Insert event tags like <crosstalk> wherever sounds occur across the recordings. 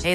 Hey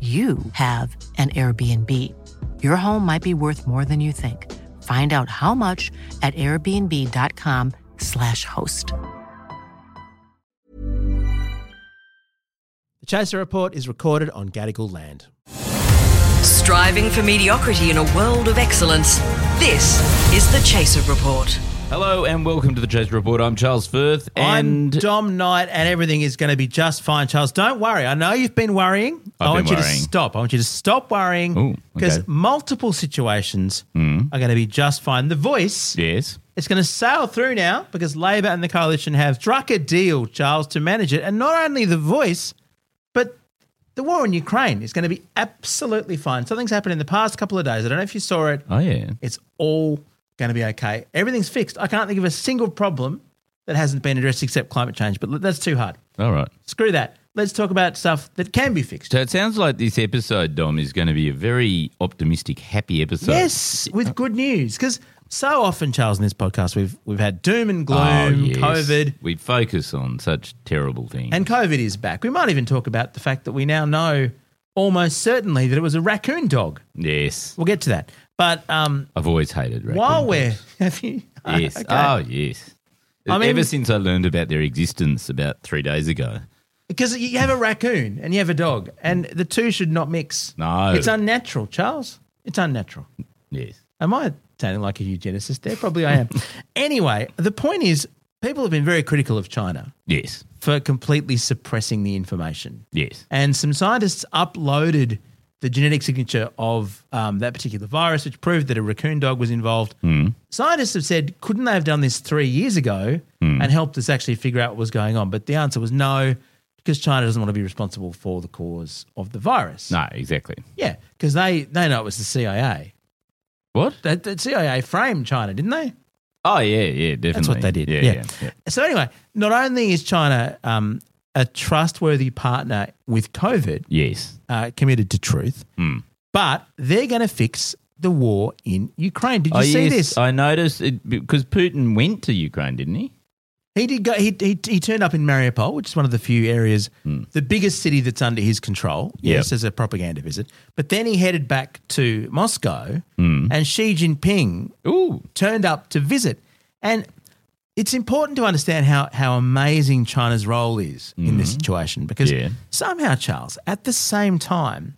you have an Airbnb. Your home might be worth more than you think. Find out how much at airbnb.com/slash host. The Chaser Report is recorded on Gadigal land. Striving for mediocrity in a world of excellence. This is the Chaser Report. Hello and welcome to the Chase Report. I'm Charles Firth, and I'm Dom Knight, and everything is going to be just fine, Charles. Don't worry. I know you've been worrying. I've I want been you worrying. to stop. I want you to stop worrying Ooh, because okay. Mm. multiple situations are going to be just fine. The voice yes, It's going to sail through now because Labor and the coalition have struck a deal, Charles, to manage it. And not only the voice, but the war in Ukraine is going to be absolutely fine. Something's happened in the past couple of days. I don't know if you saw it. oh yeah, It's all going to be okay. Everything's fixed. I can't think of a single problem that hasn't been addressed except climate change, but that's too hard. all right. Screw that. Let's talk about stuff that can be fixed. So it sounds like this episode, Dom, is going to be a very optimistic, happy episode. Yes, with good news because so often, Charles, in this podcast, we've we've had doom and gloom, Oh, yes. COVID. We focus on such terrible things. And COVID is back. We might even talk about the fact that we now know almost certainly that it was a raccoon dog. yes, We'll get to that. But um, I've always hated raccoon. while we're <laughs> dogs. have you, <laughs> yes, Okay. oh yes. I mean- Ever since I learned about their existence about three days ago, because you have a raccoon and you have a dog, and the two should not mix. No. it's unnatural, Charles. It's unnatural. yes, Am I sounding like a eugenicist? There probably I am. anyway, the point is, people have been very critical of China yes, for completely suppressing the information. yes. And some scientists uploaded the genetic signature of um, that particular virus, which proved that a raccoon dog was involved. Scientists have said, couldn't they have done this three years ago and helped us actually figure out what was going on? But the answer was no, because China doesn't want to be responsible for the cause of the virus. No, exactly. Yeah, because they, they know it was the CIA. What? The, the CIA framed China, didn't they? Oh yeah, yeah, definitely. That's what they did. Yeah. So anyway, not only is China um, a trustworthy partner with COVID, Yes. uh, committed to truth, Hmm. but they're going to fix the war in Ukraine. Did you oh, see yes, this? I noticed it, because Putin went to Ukraine, didn't he? he did. Go, he, he he turned up in Mariupol, which is one of the few areas, the biggest city that's under his control. Hmm. Yep. Yes, as a propaganda visit. But then he headed back to Moscow, and Xi Jinping Hmm. Ooh, turned up to visit. And it's important to understand how, how amazing China's role is in this situation because Hmm. Yeah. somehow, Charles, at the same time,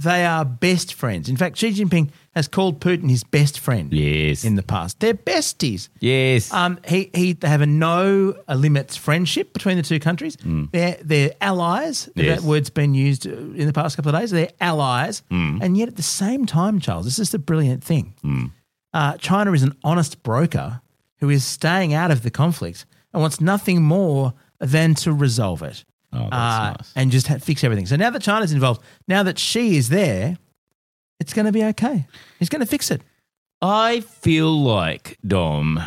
they are best friends. In fact, Xi Jinping has called Putin his best friend yes, Uh, in the past. They're besties. yes. Um, he, he, they have a no limits friendship between the two countries. They're, they're allies. Hmm. Yes. That word's been used uh, in the past couple of days. They're allies. Hmm. And yet at the same time, Charles, this is the brilliant thing. Uh, China is an honest broker who is staying out of the conflict and wants nothing more than to resolve it oh, that's uh, nice. and just ha- fix everything. So now that China's involved, now that she is there, it's going to be okay. He's going to fix it. I feel like Dom,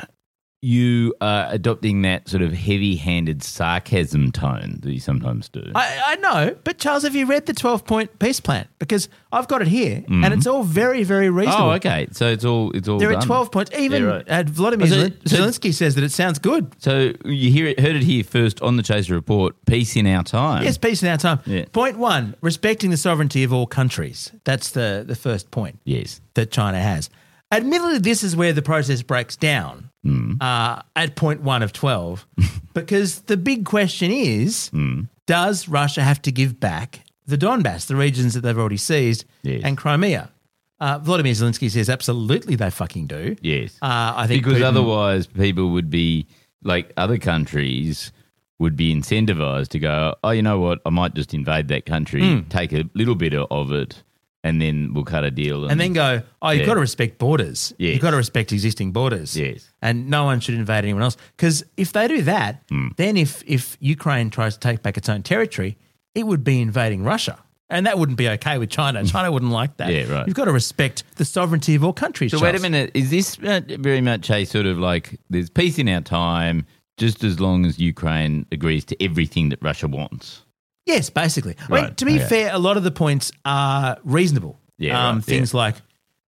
you are adopting that sort of heavy-handed sarcasm tone that you sometimes do. I, I know, but Charles, have you read the 12 point peace plan? Because I've got it here and it's all very, very reasonable. Mm-hmm. oh, okay. So it's all it's all. There are done. 12 points. Even Yeah, right. uh, Vladimir So- Zelen- so- Zelensky says that it sounds good. So you hear it, heard it here first on the Chaser Report. Peace in our time. Yes, peace in our time. Yeah. Point one respecting the sovereignty of all countries. That's the, the first point. Yes. that China has. Admittedly, this is where the process breaks down Hmm. uh, at point one of <laughs> 12, because the big question is Hmm. does Russia have to give back the Donbass, the regions that they've already seized, Yes. and Crimea? Uh, Vladimir Zelensky says absolutely they fucking do. Yes. Uh, I think because Putin- otherwise people would be like other countries would be incentivized to go oh you know what i might just invade that country take a little bit o- of it and then we'll cut a deal and, and then go, oh, you've Yeah. got to respect borders. Yes. You've got to respect existing borders. Yes. And no one should invade anyone else. Because if they do Hmm. that, then if, if Ukraine tries to take back its own territory, it would be invading Russia. And that wouldn't be okay with China. China wouldn't like that. Hmm. Yeah, right. You've got to respect the sovereignty of all countries. So wait a Charles. minute. Is this uh, very much a sort of like there's peace in our time, just as long as Ukraine agrees to everything that Russia wants? Yes, basically. I mean, Right, to be okay. fair, a lot of the points are reasonable. Yeah, um, right, things like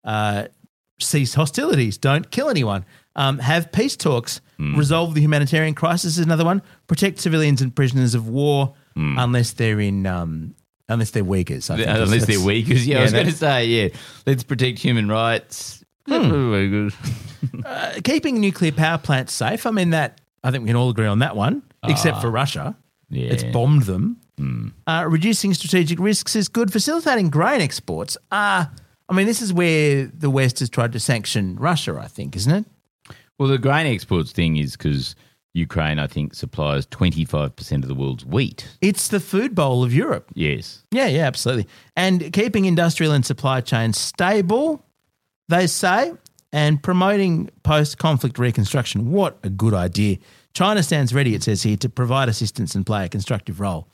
uh, cease hostilities, don't kill anyone, um, have peace talks, Hmm. resolve the humanitarian crisis is another one, protect civilians and prisoners of war Hmm. unless they're in um, unless they're Uyghurs. I think is- Unless they're that's- weak. 'cause, yeah, I was that- going to say, yeah, let's protect human rights. Hmm. <laughs> Uh, keeping nuclear power plants safe. I mean that. I think we can all agree on that one, Ah. except for Russia. Yeah. It's bombed them. Uh, reducing strategic risks is good. Facilitating grain exports. Uh, I mean, this is where the West has tried to sanction Russia, I think, isn't it? Well, the grain exports thing is because Ukraine, I think, supplies 25% of the world's wheat. It's the food bowl of Europe. Yes. Yeah, yeah, absolutely. And keeping industrial and supply chains stable, they say, and promoting post conflict reconstruction. What a good idea. China stands ready, it says here, to provide assistance and play a constructive role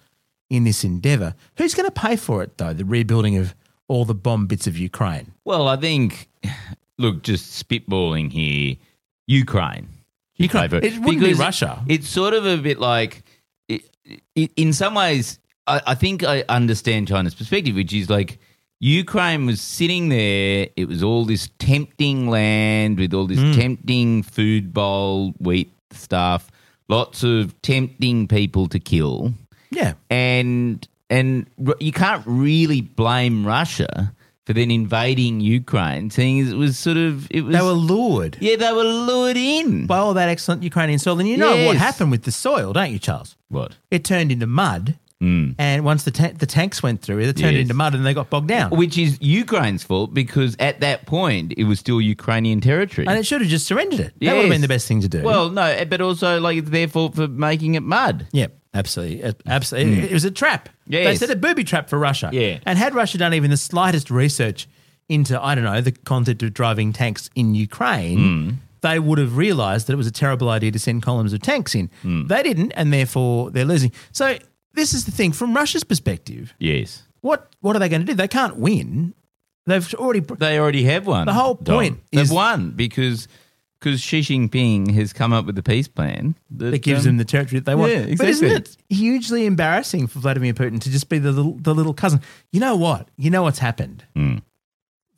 in this endeavour. Who's going to pay for it, though, the rebuilding of all the bomb bits of Ukraine? Well, I think, look, just spitballing here, Ukraine. should Ukraine. pay for It wouldn't be Because Russia. It's sort of a bit like, i i in some ways, I, I think I understand China's perspective, which is like Ukraine was sitting there. It was all this tempting land with all this Hmm. tempting food bowl wheat stuff, lots of tempting people to kill Yeah. and and Ru- you can't really blame Russia for then invading Ukraine, seeing as it was sort of it was They were lured yeah they were lured in. by all that excellent Ukrainian soil. And you know what Yes. happened with the soil, don't you, Charles? What? It turned into mud. And once the, ta- the tanks went through, it turned Mm. Yes. into mud and they got bogged down. Which is Ukraine's fault because at that point it was still Ukrainian territory. And it should have just surrendered it. That would have Yes. been the best thing to do. well, no, but also like it's their fault for making it mud. yeah, absolutely. Ab- Absolutely. It- It was a trap. They Mm. Yes. said a booby trap for Russia. Yeah. And had Russia done even the slightest research into, I don't know, the concept of driving tanks in Ukraine, Mm. they would have realised that it was a terrible idea to send columns of tanks in. Mm. They didn't, and therefore they're losing. So this is the thing from Russia's perspective. Yes, What what are they going to do? They can't win. They've already. they already have won. The whole Dom. point they've is- won because because Xi Jinping has come up with a peace plan that, It gives um, them the territory that they want. yeah, But isn't it exactly. hugely embarrassing for Vladimir Putin to just be the little, the little cousin? You know what? You know what's happened? Hmm.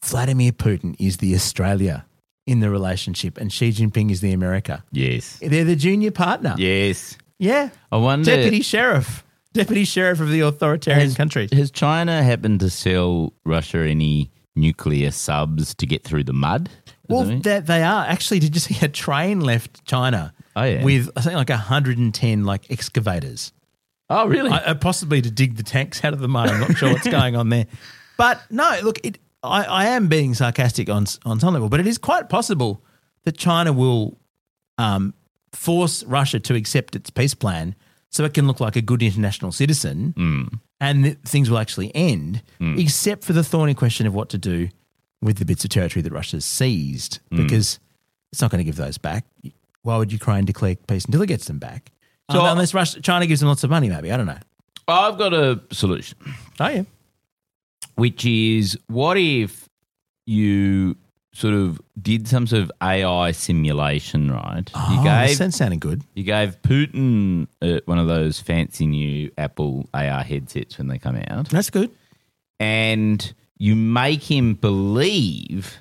Vladimir Putin is the Australia in the relationship, and Xi Jinping is the America. yes, They're the junior partner. yes. Yeah. I wonder Deputy sheriff. Deputy sheriff of the authoritarian country. Has China happened to sell Russia any nuclear subs to get through the mud? Is Well, that right? that they are actually. Did you see a train left China Oh, yeah. with I think like 110 like excavators? oh, really? I, uh, possibly to dig the tanks out of the mud. I'm not sure what's going on there. But no, look, it, I, I am being sarcastic on s- on some level, but it is quite possible that China will um, force Russia to accept its peace plan so it can look like a good international citizen Mm. and th- things will actually end, except for the thorny question of what to do with the bits of territory that Russia's seized Mm. because it's not going to give those back. Why would Ukraine declare peace until it gets them back? So- Um, unless Russia, China gives them lots of money, maybe. I don't know. I've got a solution, Oh yeah. which is what if you sort of did some sort of AI simulation, right? Oh, you that gave sound- sounded good. you gave Putin uh, one of those fancy new Apple AR headsets when they come out. That's good. and you make him believe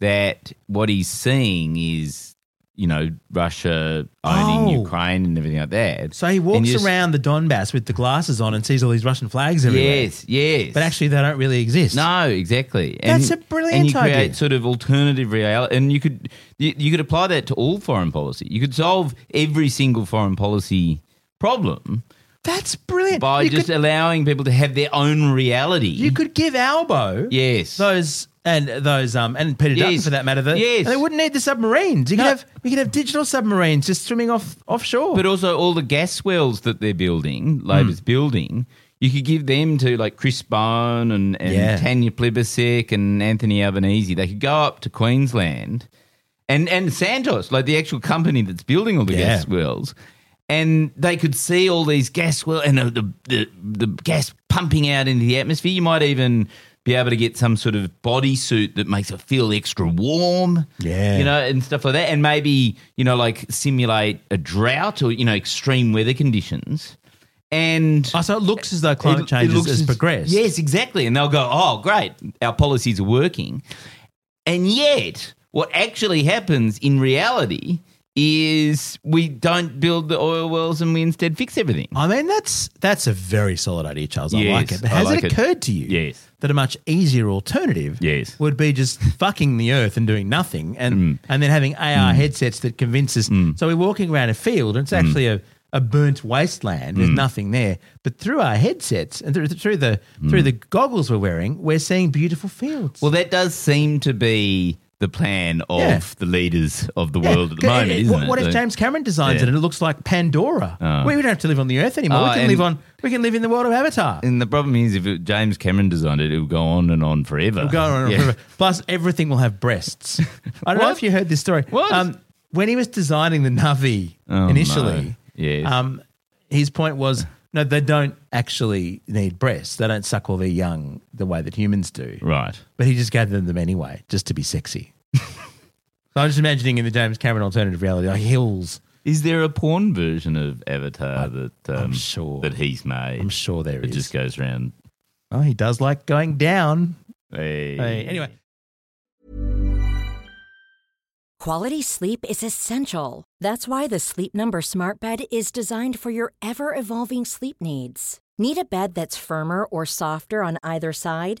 that what he's seeing is, you know, Russia owning Oh. Ukraine and everything like that. So he And walks you just- around the Donbass with the glasses on and sees all these Russian flags everywhere. Yes, yes. But actually, they don't really exist. no, exactly. That's a brilliant And you create idea. sort of alternative reality, and you could you, you could apply that to all foreign policy. You could solve every single foreign policy problem That's brilliant. by you, just could, allowing people to have their own reality. you could give Albo yes, those and those um and Peter Dutton Yes. for that matter. The, Yes. They wouldn't need the submarines. You could No. have we could have digital submarines just swimming off offshore. But also all the gas wells that they're building, Labor's Hmm. building, you could give them to like Chris Bone and, and Yeah. Tanya Plibersek and Anthony Albanese. They could go up to Queensland and, and Santos, like the actual company that's building all the Yeah. gas wells, and they could see all these gas well and uh, the, the the gas pumping out into the atmosphere. You might even be able to get some sort of bodysuit that makes it feel extra warm. Yeah. You know, and stuff like that. And maybe, you know, like simulate a drought or, you know, extreme weather conditions. And Oh, so it looks as though climate it- change it has- looks has as- progressed. Yes, exactly. And they'll go, oh, great, our policies are working. And yet, what actually happens in reality is we don't build the oil wells and we instead fix everything. I mean, that's that's a very solid idea, Charles. I Yes, like it. But I has like it it. occurred to you Yes. that a much easier alternative Yes. Mm. would be just <laughs> fucking the earth and doing nothing and, and then having AR headsets that convince us. So we're walking around a field Mm. and it's actually a, a burnt wasteland. There's nothing there. But through our headsets and through, through the through the goggles we're wearing, we're seeing beautiful fields. Mm. Well, that does seem to be the plan of Yeah. the leaders of the world at the moment, is isn't eh, what, it? What if Like- James Cameron designs Yeah. it and it looks like Pandora? we don't have to live on the Earth anymore. Oh, we can and- live on. We can live in the world of Avatar. And the problem is, if it, James Cameron designed it, it would go on and on forever. We'll go on and <laughs> Yeah. remember. Plus, everything will have <laughs> breasts. I don't know What? if you heard this story. Um, What? when he was designing the Navi initially, no. Yes. um, his point was no, they don't actually need breasts. They don't suckle their young the way that humans do. Right. But he just gave them them anyway, just to be sexy. so I'm just imagining in the James Cameron alternative reality, like hills. Is there a porn version of Avatar that um, I'm sure. that he's made? I'm sure there it is. just goes round. oh, he does like going down. Hey. Hey, anyway, Quality sleep is essential. That's why the Sleep Number Smart Bed is designed for your ever evolving sleep needs. Need a bed that's firmer or softer on either side?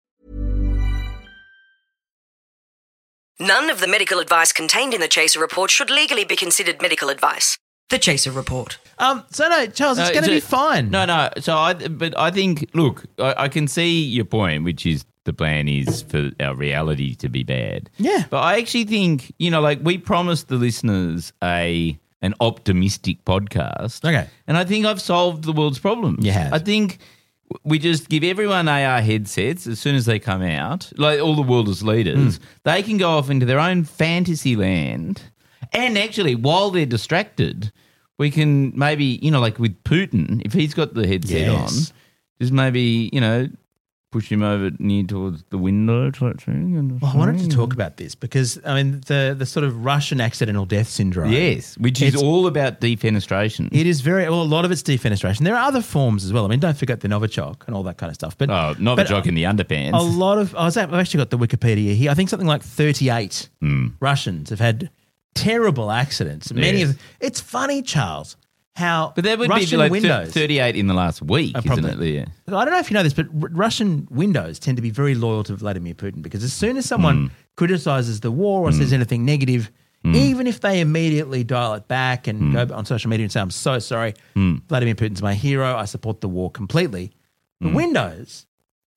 None of the medical advice contained in the Chaser Report should legally be considered medical advice. The Chaser Report. um, so no, Charles, it's No, going to so- be fine. Uh, No, no. So I, but I think, look, I, I can see your point, which is the plan is for our reality to be bad. Yeah. But I actually think, you know, like we promised the listeners a an optimistic podcast. Okay. And I think I've solved the world's problems. You have. I think we just give everyone AR headsets as soon as they come out, like all the world's leaders. Hmm. They can go off into their own fantasy land. And actually, while they're distracted, we can maybe, you know, like with Putin, if he's got the headset Yes. on, just maybe, you know, push him over near towards the window type thing. And Well, Oh, I wanted to talk Hmm. about this because I mean the the sort of Russian accidental death syndrome. Yes, which is It's- all about defenestration. It is very well. A lot of it's defenestration. There are other forms as well. I mean, don't forget the Novichok and all that kind of stuff. But oh, not but the jock in the underpants. A lot of I was, I've actually got the Wikipedia here. I think something like thirty-eight Hmm. Russians have had terrible accidents. Many Yes. of it's funny, Charles, how but that would Russian be like thir- windows. 38 in the last week, Uh, isn't probably. it? Yeah. I don't know if you know this, but R- Russian windows tend to be very loyal to Vladimir Putin because as soon as someone Hmm. criticizes the war or says anything negative, even if they immediately dial it back and Hmm. go on social media and say, I'm so sorry, Vladimir Putin's my hero, I support the war completely, the Hmm. windows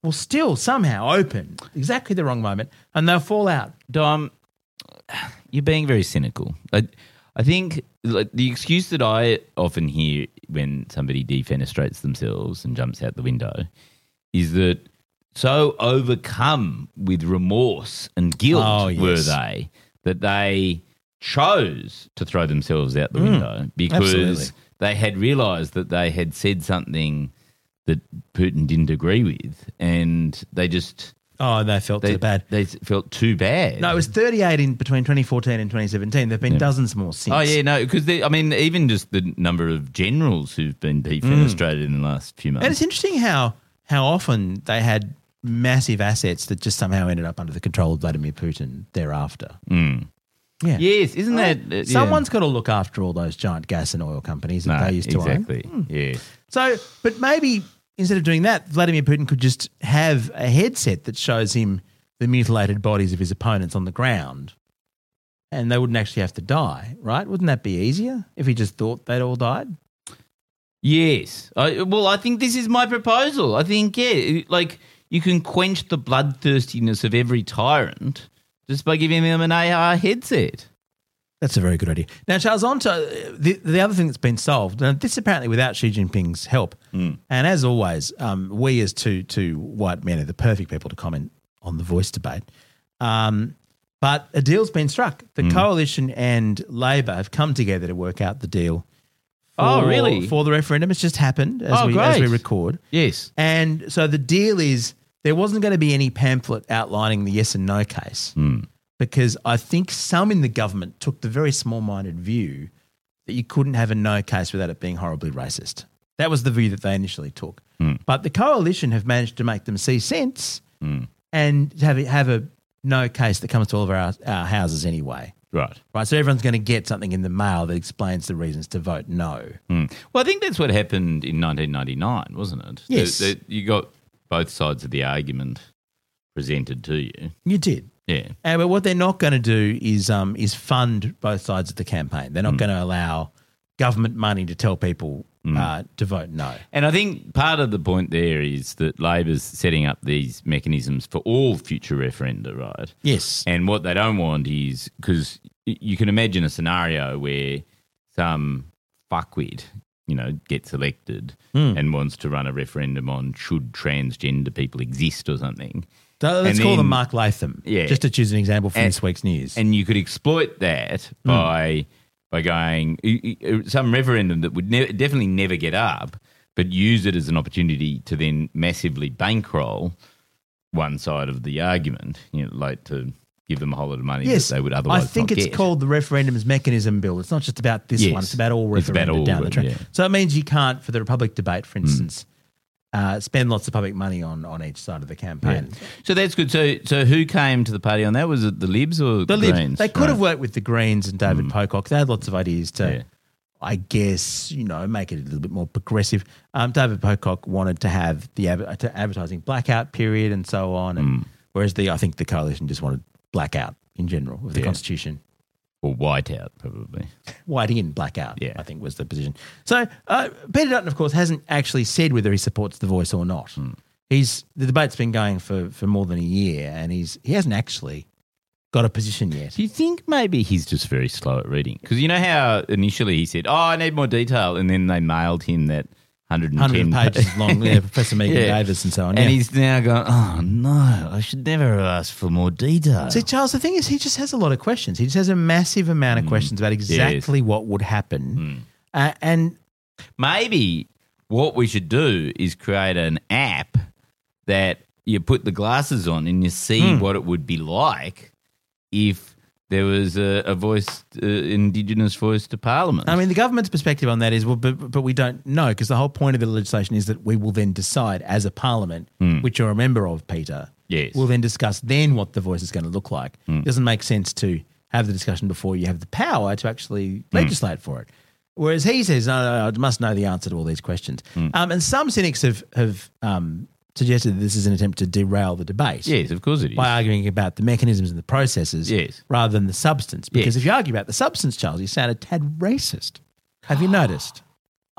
will still somehow open exactly the wrong moment and they'll fall out. Dom, you're being very cynical. I, I think like, the excuse that I often hear when somebody defenestrates themselves and jumps out the window is that so overcome with remorse and guilt Oh, yes. were they that they chose to throw themselves out the window because Hmm, absolutely. they had realized that they had said something that Putin didn't agree with and they just Oh, they felt they, too bad. they felt too bad. No, it was 38 in between 2014 and 2017. There have been dozens more since. Oh yeah, no, because I mean, even just the number of generals who've been defenestrated in the last few And it's months. interesting how how often they had massive assets that just somehow ended up under the control of Vladimir Putin thereafter. Yeah. Yes, isn't that uh, Mm. yeah. Someone's got to look after all those giant gas and oil companies that No, they used to exactly? Yeah, own. So, but maybe instead of doing that, Vladimir Putin could just have a headset that shows him the mutilated bodies of his opponents on the ground, and they wouldn't actually have to die, right? Wouldn't that be easier if he just thought they'd all died? Yes. I, well, I think this is my proposal. I think, yeah, it- like you can quench the bloodthirstiness of every tyrant just by giving them an AR headset. That's a very good idea. Now, Charles, on to uh, the, the other thing that's been solved, and this apparently without Xi Jinping's help. And as always, um, we as two, two white men are the perfect people to comment on the voice debate. Um, but a deal's been struck. The coalition and Labor have come together to work out the deal. Oh, really? For the referendum. It's just happened as, Oh, we, as we great. record. Yes. And so the deal is there wasn't going to be any pamphlet outlining the yes and no case because I think some in the government took the very small minded view that you couldn't have a no case without it being horribly racist. That was the view that they initially took. But the coalition have managed to make them see sense and have, it- have a no case that comes to all of our, our houses anyway. Right. Right, so everyone's going to get something in the mail that explains the reasons to vote no. Mm. Well, I think that's what happened in 1999, wasn't it? Yes. That- that you got both sides of the argument presented to you. You did. Yeah. And Uh, but what they're not going to do is um, is fund both sides of the campaign. They're Mm. not going to allow government money to tell people uh, to vote no. And I think part of the point there is that Labor's setting up these mechanisms for all future referenda, right? Yes. And what they don't want is because you can imagine a scenario where some fuckwit, you know, gets elected and wants to run a referendum on should transgender people exist or something. So let's and call them then- Mark Latham. Yeah. Just to choose an example from And- this week's news. And you could exploit that Hmm. by by going y- y- some referendum that would ne- definitely never get up, but use it as an opportunity to then massively bankroll one side of the argument, you know, like to give them a whole lot of money yes, that they would otherwise. I think not it's get. called the referendums mechanism bill. It's not just about this Yes. one. It's about all It's about referenda all down the of track. them, yeah. Mm. So it means you can't, for the Republic debate, for instance, uh, spend lots of public money on, on each side of the campaign. So that's good. So so who came to the party on that? Was it the Libs or The Greens? Libs, they could have Right. Mm. worked with the Greens and David Pocock. They had lots of ideas to, Yeah. I guess, you know, make it a little bit more progressive. Um, David Pocock wanted to have the ad- to advertising blackout period and so on, and Mm. whereas the I think the coalition just wanted blackout in general of the Yeah. constitution. or Whiteout probably. Whiting in blackout, Yeah. I think was the position. So uh, Peter Dutton, of course, hasn't actually said whether he supports the voice or not. Mm. He's the debate's been going for, for more than a year, and he's he hasn't actually got a position yet. Do you think maybe he's just very slow at reading? Because you know how initially he said, "Oh, I need more detail," and then they mailed him that hundred and hundred ten pages long, <laughs> yeah, Professor Megan Yeah. Davis and so on. And yeah. he's now going, "Oh no, I should never have asked for more detail." See, Charles, the thing is, he just has a lot of questions. He just has a massive amount Mm. of questions about exactly what would happen. Uh, and maybe what we should do is create an app that you put the glasses on and you see Hmm. what it would be like if there was a, a voice, uh, indigenous voice to parliament. I mean, the government's perspective on that is, well, but, but we don't know because the whole point of the legislation is that we will then decide as a parliament, which you're a member of, Peter. Mm. Yes. Mm. We'll then discuss then what the voice is going to look like. It doesn't make sense to have the discussion before you have the power to Mm. actually legislate for it. Whereas he says, no, no, no, I must know the answer to all these questions. Mm. Um, and some cynics have, have um, suggested that this is an attempt to derail the debate yes, of course it is. by arguing about the mechanisms and the processes Yes. rather than the substance. Because Yes. if you argue about the substance, Charles, you sound a tad racist. Have you noticed?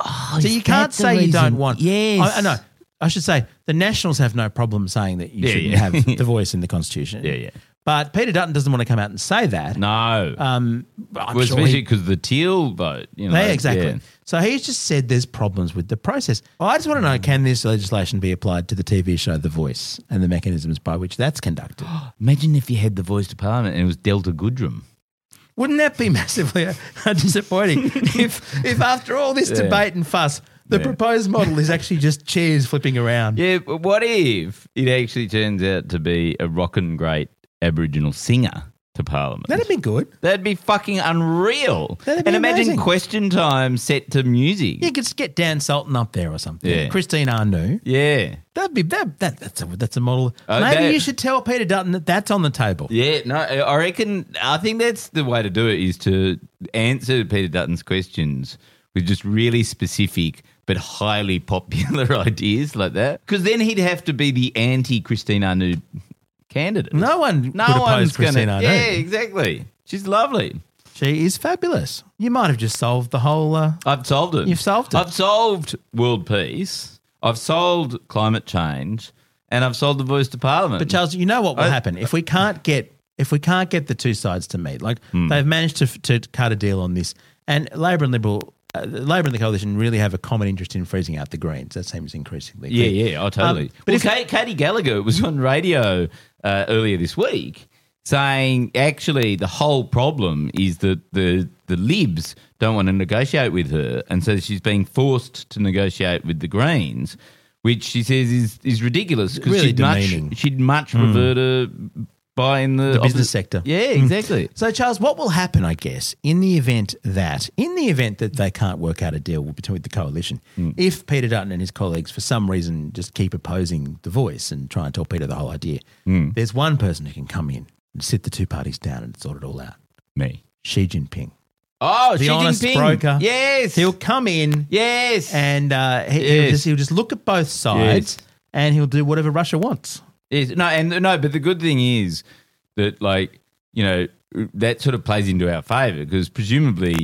so you that can't the say you don't reason? want. Oh, Yes. I, I know. I should say the Nationals have no problem saying that you Yeah, shouldn't yeah. <laughs> have the voice in the Constitution. Yeah, yeah. But Peter Dutton doesn't want to come out and say that. no. Um, but I'm well, sure he- especially because the teal vote. You know, yeah, exactly. Uh, yeah. So he's just said there's problems with the process. I just want to know can this legislation be applied to the TV show The Voice and the mechanisms by which that's conducted? Imagine if you had the voice to parliament and it was Delta Goodrum. Wouldn't that be <laughs> massively uh, <laughs> disappointing if, if after all this debate and fuss, the proposed model is actually just chairs flipping around? Yeah, but what if it actually turns out to be a rockin' great Aboriginal singer to parliament? That'd be good. That'd be fucking unreal. That'd be and imagine amazing. question time set to music. You could get Dan Sultan up there or something. Yeah. Christine Arnoux. Yeah. That'd be that, that that's a that's a model. Uh, Maybe that- you should tell Peter Dutton that that's on the table. Yeah, no, I I reckon, I think that's the way to do it is to answer Peter Dutton's questions with just really specific but highly popular <laughs> ideas like that. Because then he'd have to be the anti Christine Arnoux candidate. No one no could oppose one's going to. Christine Yeah, Arnoux. exactly. She's lovely. She is fabulous. You might have just solved the whole. Uh, I've solved it. You've solved it. I've solved world peace. I've solved climate change, and I've solved the voice to parliament. But Charles, you know what will Um, I- happen if we can't get if we can't get the two sides to meet. Like Hmm. they've managed to to cut a deal on this, and Labor and Liberal, uh, Labor and the coalition really have a common interest in freezing out the Greens. That seems increasingly yeah, clear. yeah, oh, totally. Um, but well, if- Ka- Katie Gallagher was on radio uh, earlier this week saying actually the whole problem is that the the Libs don't want to negotiate with her, and so she's being forced to negotiate with the Greens, which she says is is ridiculous because Really she'd much demeaning. Hmm. she'd much prefer to buy in the, The business opposite- sector. Hmm. Yeah, exactly. So, Charles, what will happen, I guess, in the event that, in the event that they can't work out a deal between the coalition, Hmm. if Peter Dutton and his colleagues, for some reason, just keep opposing the voice and try and torpedo the whole idea, Hmm. there's one person who can come in and sit the two parties down and sort it all out Me. Xi Jinping. Oh, The Xi honest Jinping. broker. Yes. He'll come in yes. and uh, he, he'll, Yes. just, he'll just look at both sides Yes. and he'll do whatever Russia wants. Yes, no, and no, but the good thing is that, like, you know, that sort of plays into our favour because presumably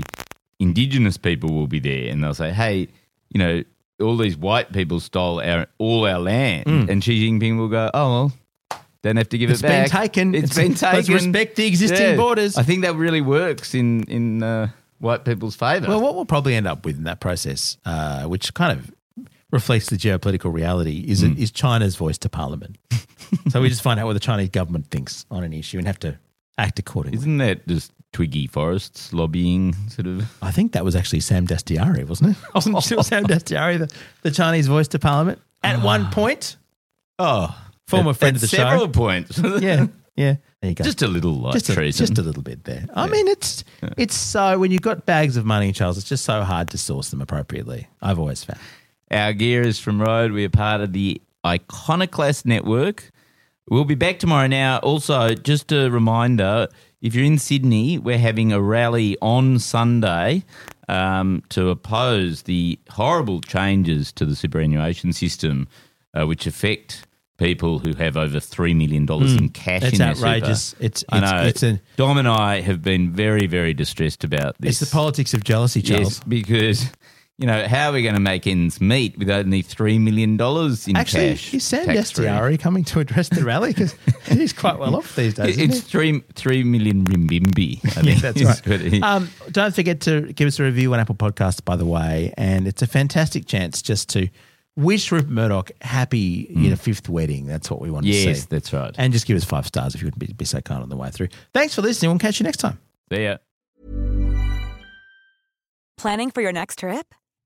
Indigenous people will be there and they'll say, hey, you know, all these white people stole our all our land, and Xi Jinping will go, oh well, don't have to give Mm. It's it been back. taken. It's been Let's taken. respect the existing borders. I think that really works in in uh, white people's favour. Well, what we'll probably end up with in that process, uh, which kind of reflects the geopolitical reality, is is China's voice to <laughs> Parliament. so we just find out what the Chinese government thinks on an issue and have to act accordingly. isn't that just Twiggy Forests lobbying sort of? I think that was actually Sam Dastiari, wasn't it? <laughs> Wasn't it Sam Dastiari the, the Chinese voice to Parliament at one point? Oh, Former friend of the show. several points. <laughs> Yeah, yeah. There you go. Just a little light just a, treason. just a little bit there. I mean, it's it's so when you've got bags of money, Charles, it's just so hard to source them appropriately. I've always found. Our gear is from Road. We are part of the Iconoclast Network. We'll be back tomorrow. Now, also, just a reminder if you're in Sydney, we're having a rally on Sunday um, to oppose the horrible changes to the superannuation system, uh, which affect people who have over $3 million in cash That's in their Hmm. outrageous. super. It's- I it's- know. it's an- Dom and I have been very, very distressed about It's this. the politics of jealousy, Charles. Yes, because you know how are we going to make ends meet with only three million dollars in Actually, cash? is Sam tax-free? Destiari E coming to address the rally? Because he's quite well off these days. Isn't It's three three million rimbimbi. <laughs> I he? think <laughs> That's is right. what it- Um, don't forget to give us a review on Apple Podcasts, by the way. And it's a fantastic chance just to wish Rupert Murdoch happy, you know, fifth wedding. That's what we want to Mm. yes, see. that's right. And just give us five stars if you would be, be so kind on the way through. Thanks for listening. We'll catch you next time. there. Planning for your next trip?